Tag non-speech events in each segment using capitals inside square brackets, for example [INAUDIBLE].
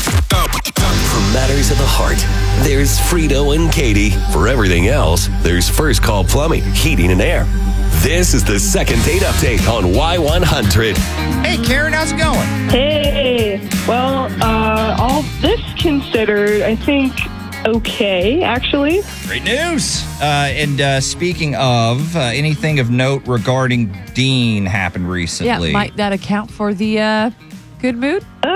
For matters of the heart, there's Frito and Katie. For everything else, there's First Call Plumbing, Heating and Air. This is the second date update on Y100. Hey, Karen, how's it going? Hey, well, uh, all this considered, I think okay, actually. Great news. Uh, and uh, speaking of, uh, anything of note regarding Dean happened Yeah, recently? might that account for the uh, good mood? Uh,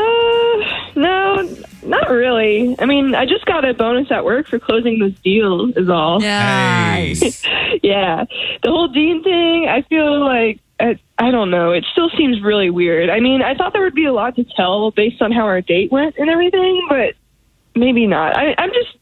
no, not really. I mean, I just got a bonus at work for closing this deal, is all. Nice. [LAUGHS] Yeah. The whole Dean thing, I feel like, I, I don't know, it still seems really weird. I mean, I thought there would be a lot to tell based on how our date went and everything, but maybe not. I, I'm just,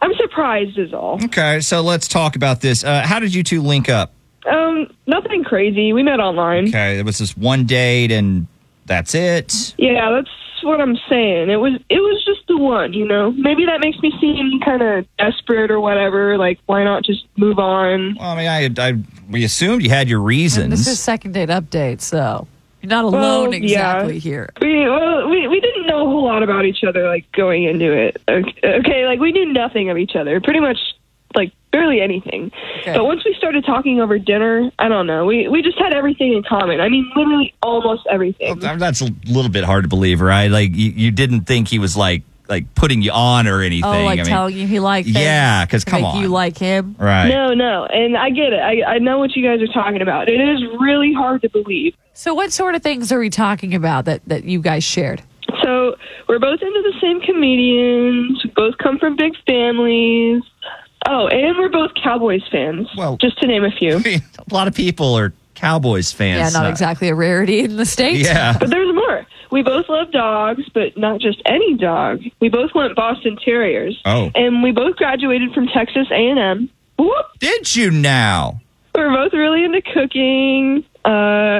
I'm surprised, is all. [LAUGHS] okay, so let's talk about this. Uh, how did you two link up? Um, nothing crazy. We met online. Okay, it was this one date and that's it. Yeah, that's what I'm saying. It was it was just the one, you know. Maybe that makes me seem kind of desperate or whatever. Like, why not just move on? Well, I mean, I, I we assumed you had your And reasons. this is second date update, so you're not alone Well, yeah. exactly here. We well, we we didn't know a whole lot about each other like going into it. Okay, okay, like we knew nothing of each other. Pretty much like barely anything. Okay. But once we started talking over dinner, I don't know. We we just had everything in common. I mean, literally almost everything. I mean, that's a little bit hard to believe, right? Like you, you didn't think he was like like putting you on or anything. Oh, like I mean, telling you he liked things Yeah, 'cause to come make you on. like him. right? No, no. And I get it. I I know what you guys are talking about. It is really hard to believe. So, what sort of things are we talking about that that you guys shared? So we're both into the same comedians. We both come from big families. Oh, and we're both Cowboys fans. Well- just to name [LAUGHS] a few. [LAUGHS] a lot of people are Cowboys fans. yeah, not Uh, exactly a rarity in the states. [LAUGHS] Yeah. But there's more. We both love dogs, but not just any dog. We both want Boston Terriers. Oh. And we both graduated from Texas A&M. Whoop. Did you now? We're both really into cooking. Uh,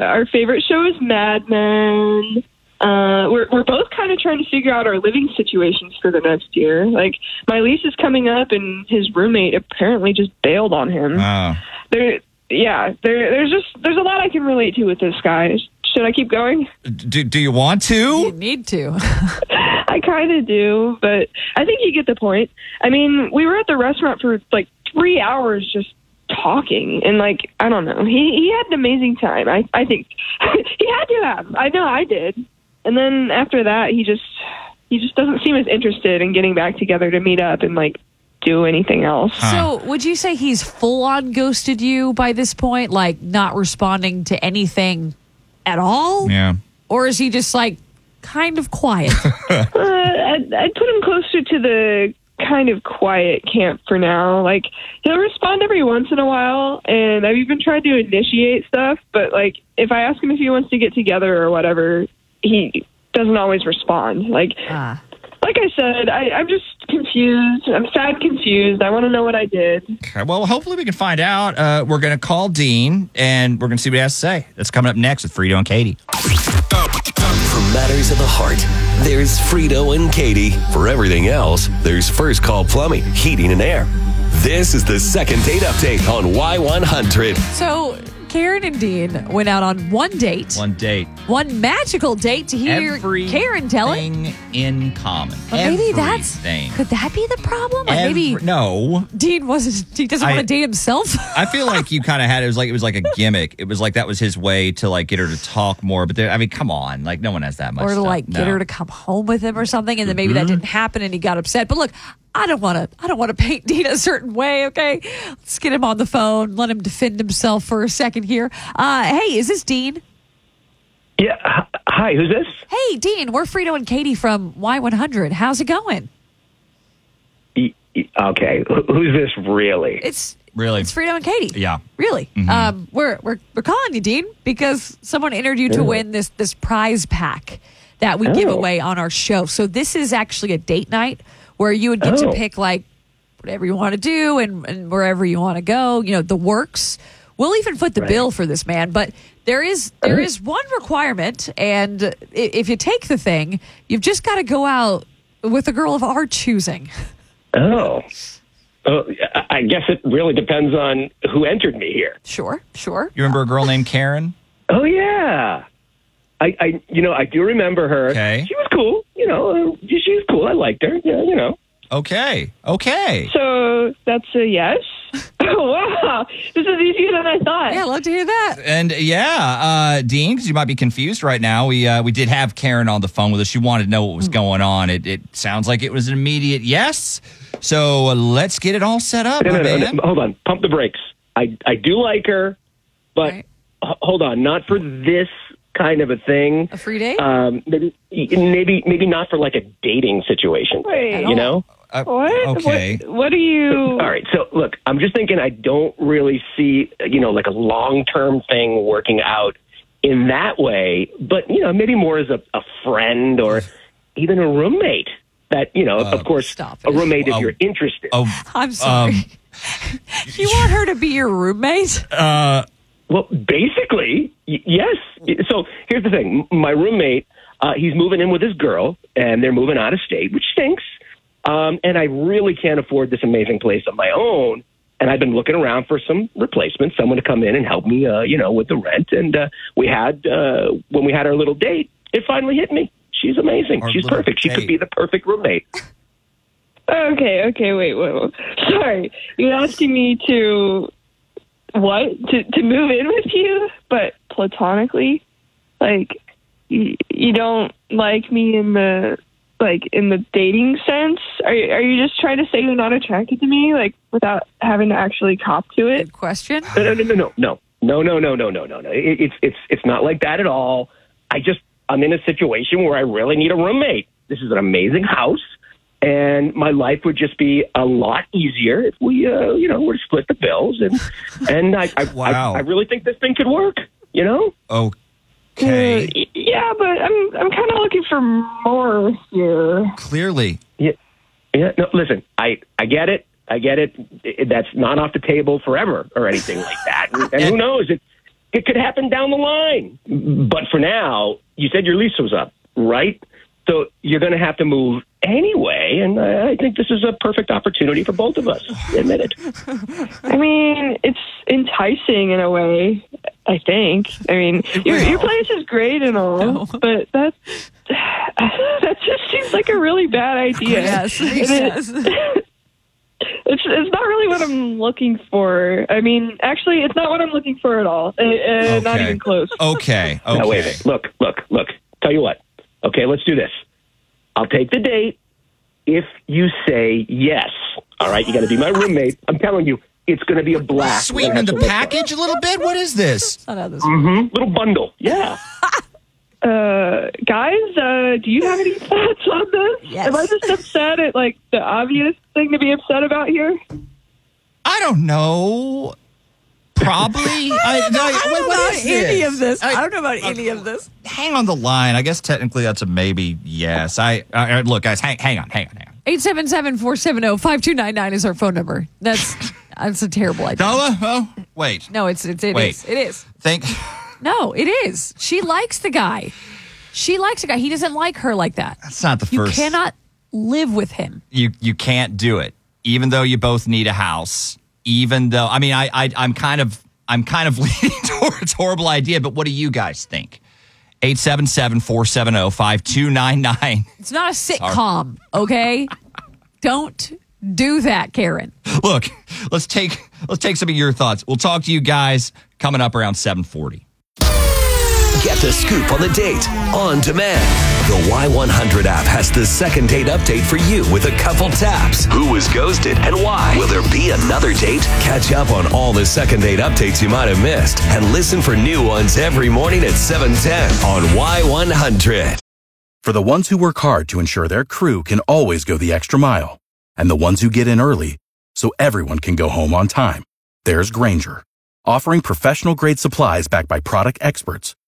our favorite show is Mad Men. Uh, we're we're both kind of trying to figure out our living situations for the next year. Like my lease is coming up, and his roommate apparently just bailed on him. Oh. There, yeah, there, there's just there's a lot I can relate to with this guy. Should I keep going? Do, do you want [LAUGHS] You to? need to. [LAUGHS] I kind of do, but I think you get the point. I mean, we were at the restaurant for like three hours just talking, and like I don't know, he he had an amazing time. I I think [LAUGHS] he had to have. I know I did. And then after that, he just he just doesn't seem as interested in getting back together to meet up and like do anything else. So, would you say he's full on ghosted you by this point, like not responding to anything at all? Yeah. Or is he just like kind [LAUGHS] of quiet? Uh, I'd, I'd put him closer to the kind of quiet camp for now. Like he'll respond every once in a while, and I've even tried to initiate stuff. But like if I ask him if he wants to get together or whatever, he doesn't always respond. Like Ah. like I said, I, I'm just confused. I'm sad, confused. I want to know what I did. Okay, well, hopefully we can find out. Uh, we're going to call Dean and we're going to see what he has to say. That's coming up next with Frito and Katie. For matters of the heart, there's Frito and Katie. For everything else, there's First Call Plumbing, Heating and Air. This is the second date update on Y100. so, Karen and Dean went out on one date, one, One date. magical date to hear Karen tell it. Everything in common. But maybe that's Everything. could that be the problem? Like maybe Every- no. Dean wasn't. He doesn't I- want to date himself. [LAUGHS] I feel like you kind of had it was like it was like a gimmick. It was like that was his way to like get her to talk more. But there, I mean, come on, like no one has that much. or to stuff. like get No. Mm-hmm. her to come home with him or something, and then maybe that didn't happen, and he got upset. But look, I don't want to. I don't want to [LAUGHS] paint Dean a certain way. Okay, let's get him on the phone. Let him defend himself for a second here. Uh, hey, is this Dean? Yeah. h- Hi, who's this? Hey, Dean, we're Frito and Katie from Y100. How's it going? E- e- Okay, wh- who's this really? It's Really? it's Frito and Katie. Yeah. Mm-hmm. really. Um, we're we're we're calling you Dean because someone entered you to win this this prize pack that we give Oh. away on our show. So this is actually a date night where you would get to Oh. pick like whatever you want to do and, and wherever you want to go. You know, the works. We'll even foot the bill for this man, but there is Oh. there is one requirement, and i- if you take the thing, you've just got to go out with a girl of our choosing. [LAUGHS] Oh. Oh, I- I guess it really depends on who entered me here. Sure, sure. You remember a girl named Karen? Oh yeah, I, I you know I do remember her. Okay. She was cool. You know, uh, she she was cool. I liked her. Yeah, you know. Okay. Okay. So that's a yes. [LAUGHS] wow, this is easier than I thought. Yeah, love to hear that. And yeah, uh, Dean, because you might be confused right now, we uh, we did have Karen on the phone with us. She wanted to know what Hmm. was going on. It, it sounds like it was an immediate yes. So uh, let's get it all set up. No, my no, no, man. no. Hold on. Pump the brakes. I I do like her, but Right. h- hold on. Not for this kind of a thing. A free date? Um, maybe maybe maybe not for like a dating situation. Wait. you know. Uh, What? Okay. What, what are you? [LAUGHS] All right. So look, I'm just thinking I don't really see, you know, like a long term thing working out in that way, but, you know, maybe more as a, a friend or even a roommate that, you know, of course, stop a it. roommate Oh. if you're interested. Oh, I'm sorry. [LAUGHS] you want her to be your roommate? Well, basically, y- yes. So here's the thing: my roommate, uh, he's moving in with his girl, and they're moving out of state, which stinks. Um, and I really can't afford this amazing place on my own. And I've been looking around for some replacement, someone to come in and help me, uh, you know, with the rent. And uh, we had uh, when we had our little date, it finally hit me. She's amazing. Our She's little perfect. She date. could be the perfect roommate. Okay. Okay. Wait. Wait. wait. Sorry, you're asking me to what to to move in with you, but platonically, like you, you don't like me in the like in the dating sense. Are you, are you just trying to say you're not attracted to me, like without having to actually cop to it? Good question. No, no, no, no, no, no, no, no, no, no, no, no. It, it's it's it's not like that at all. I just I'm in a situation where I really need a roommate. This is an amazing house, and my life would just be a lot easier if we, uh, you know, were to split the bills. And and I I, Wow. I I really think this thing could work. You know, okay. Y- Yeah, but I'm I'm kind of looking for more here. Clearly. yeah, yeah. No, listen, I I get it. I get it. It- That's not off the table forever or anything like [LAUGHS] that. And, and who knows? It it could happen down the line. But for now, you said your lease was up, right? So you're going to have to move anyway. And I, I think this is a perfect opportunity for both of us. [SIGHS] Admit it. I mean, it's enticing in a way. I think. I mean, your your place is great and all, but that [SIGHS] that just seems like a really bad idea. Yes. Yes. yes. It's it's not really what I'm looking for. I mean, actually, it's not what I'm looking for at all. Uh, uh, Not Okay. even close. Okay. Okay. Now, wait a minute. Look, look, look. Tell you what. Okay, let's do this. I'll take the date if you say yes. All right, you got to be my roommate. I'm telling you, it's going to be a blast. We're gonna Sweetening have the some- package a little bit. What is this? Not how this Mm-hmm. Little bundle. Yeah. uh, guys, uh, do you have any [LAUGHS] thoughts on this? Yes. Am I just upset at like the obvious thing to be upset about here? I don't know. Probably. I, no, [LAUGHS] I wait, don't know what about is any of this. I, I- don't know about any of this. hang on the line. I guess technically that's a maybe. Yes. I, I I- look, guys. Hang, hang on. Hang on. Hang on. oh, 877-470-5299 is our phone number. That's that's a terrible idea. No. uh, Oh, wait. No, it's it's it Wait. is. It is. Think. No, it is. She likes the guy. She likes the guy. He doesn't like her like that. That's not the You first. cannot live with him. [LAUGHS] You you can't do it. Even though you both need a house. Even though I mean I, I I'm kind of I'm kind of [LAUGHS] leaning towards horrible idea. But what do you guys think? oh, 877-470-5299. It's not a sitcom, okay? [LAUGHS] Don't do that, Karen. [LAUGHS] Look, let's take let's take some of your thoughts. We'll talk to you guys coming up around 740. Get the scoop on the date on demand. The Y100 app has the second date update for you with a couple taps. Who was ghosted and why? Will there be another date? Catch up on all the second date updates you might have missed and listen for new ones every morning at 710 on Y100. For the ones who work hard to ensure their crew can always go the extra mile, and the ones who get in early so everyone can go home on time, there's Granger, offering professional grade supplies backed by product experts